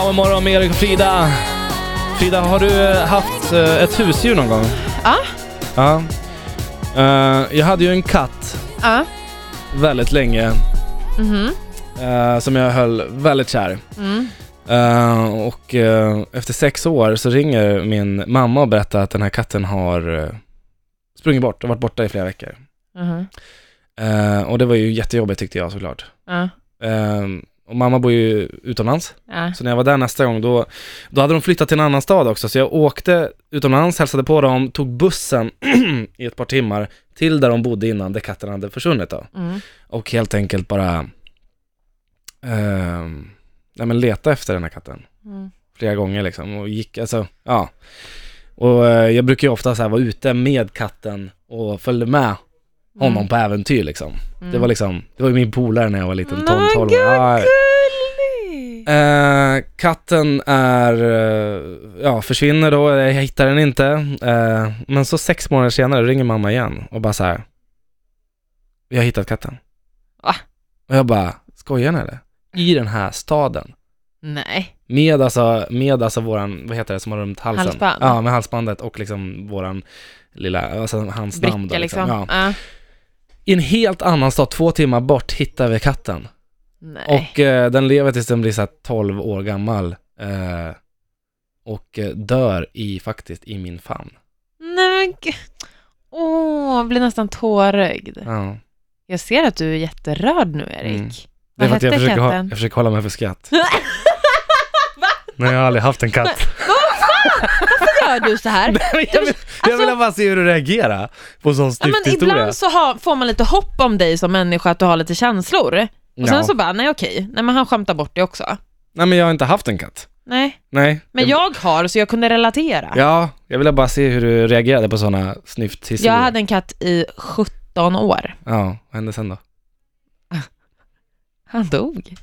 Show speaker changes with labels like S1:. S1: Powermorgon med Erik och Frida. Frida, har du eh, haft eh, ett husdjur någon gång?
S2: Ja.
S1: Ja. Eh, jag hade ju en katt
S2: Ja.
S1: väldigt länge
S2: Mhm.
S1: eh, som jag höll väldigt kär.
S2: Mm.
S1: Eh, och eh, efter sex år så ringer min mamma och berättar att den här katten har eh, sprungit bort och varit borta i flera veckor.
S2: Mhm.
S1: Eh, och det var ju jättejobbigt tyckte jag såklart.
S2: Ja.
S1: Eh, och mamma bor ju utomlands,
S2: Ja.
S1: så när jag var där nästa gång då, då hade de flyttat till en annan stad också, så jag åkte utomlands, hälsade på dem, tog bussen i ett par timmar till där de bodde innan, där katten hade försvunnit då.
S2: Mm.
S1: Och helt enkelt bara, eh, nej men leta efter den här katten
S2: Mm.
S1: flera gånger liksom och gick, alltså, ja. Och eh, jag brukar ju ofta så här vara ute med katten och följde med honom på äventyr liksom.
S2: Mm.
S1: Det var liksom, det var ju min polare när jag var liten,
S2: Men
S1: tonton.
S2: gud,
S1: Ja, ja.
S2: gullig!
S1: Eh, katten är, eh, ja försvinner då, jag hittar den inte. Eh, men så sex månader senare ringer mamma igen och bara så här. Vi har hittat katten.
S2: Va?
S1: Och jag bara, skojar ni eller? I den här staden.
S2: Nej.
S1: Med alltså, med alltså våran, vad heter det som har runt halsen?
S2: Halsband.
S1: Ja, med halsbandet och liksom våran lilla, alltså hans namn då
S2: Bricka
S1: liksom.
S2: liksom.
S1: Ja.
S2: Ja.
S1: I en helt annan stad, två timmar bort, hittar vi katten.
S2: Nej.
S1: Och eh, den lever tills den blir så här 12 år gammal. Eh, och eh, dör i, faktiskt, i min famn.
S2: Nej men gud. Åh, jag blir nästan tårögd.
S1: Ja.
S2: Jag ser att du är jätterörd nu, Erik.
S1: Mm. Det är
S2: Vad
S1: för att jag
S2: hette
S1: försöker, ha,
S2: katten?
S1: jag försöker hålla mig för skratt. Nej, jag har aldrig haft en katt.
S2: Gör du så här?
S1: jag vill, jag vill bara se hur du reagerar på en sån
S2: alltså- Ja,
S1: styft
S2: men
S1: historia.
S2: ibland så har, får man lite hopp om dig som människa, att du har lite känslor. Och sen
S1: Ja.
S2: så bara, nej okej, nej men han skämtar bort det också.
S1: Nej, men jag har inte haft en katt.
S2: Nej,
S1: Nej.
S2: men jag har så jag kunde relatera.
S1: Ja, jag ville bara se hur du reagerade på sådana snyfthistorier.
S2: jag hade en katt i 17 år.
S1: Ja, vad hände sen då?
S2: Han dog.